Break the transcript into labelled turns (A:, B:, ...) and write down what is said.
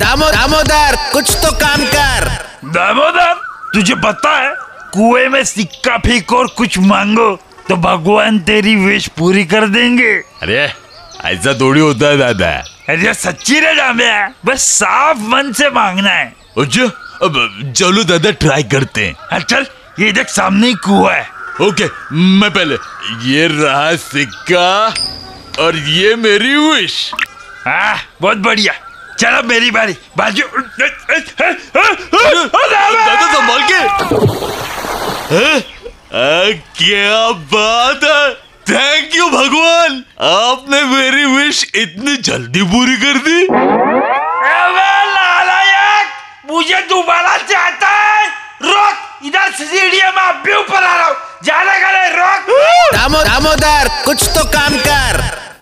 A: दामो दामोदर कुछ तो काम कर
B: दामोदर तुझे पता है कुएं में सिक्का फेंको और कुछ मांगो तो भगवान तेरी विश पूरी कर देंगे
C: अरे ऐसा थोड़ी होता है दादा
B: अरे सच्ची रे जामे बस साफ मन से मांगना है
C: अच्छा अब चलो दादा ट्राई करते हैं
B: हाँ, चल ये देख सामने ही कुआ है
C: ओके मैं पहले ये रहा सिक्का और ये मेरी विश
B: हाँ बहुत बढ़िया चलो मेरी बारी बाजू
C: दादा संभाल के हैं? आ, क्या बात है थैंक यू भगवान आपने मेरी विश इतनी जल्दी पूरी कर दी
B: अबे नालायक मुझे दोबारा चाहता है रोक इधर सीढ़ियों में
C: हाँ।
B: अब भी ऊपर आ रहा हूँ जाने का नहीं रोक
A: दामो दामोदर कुछ तो काम कर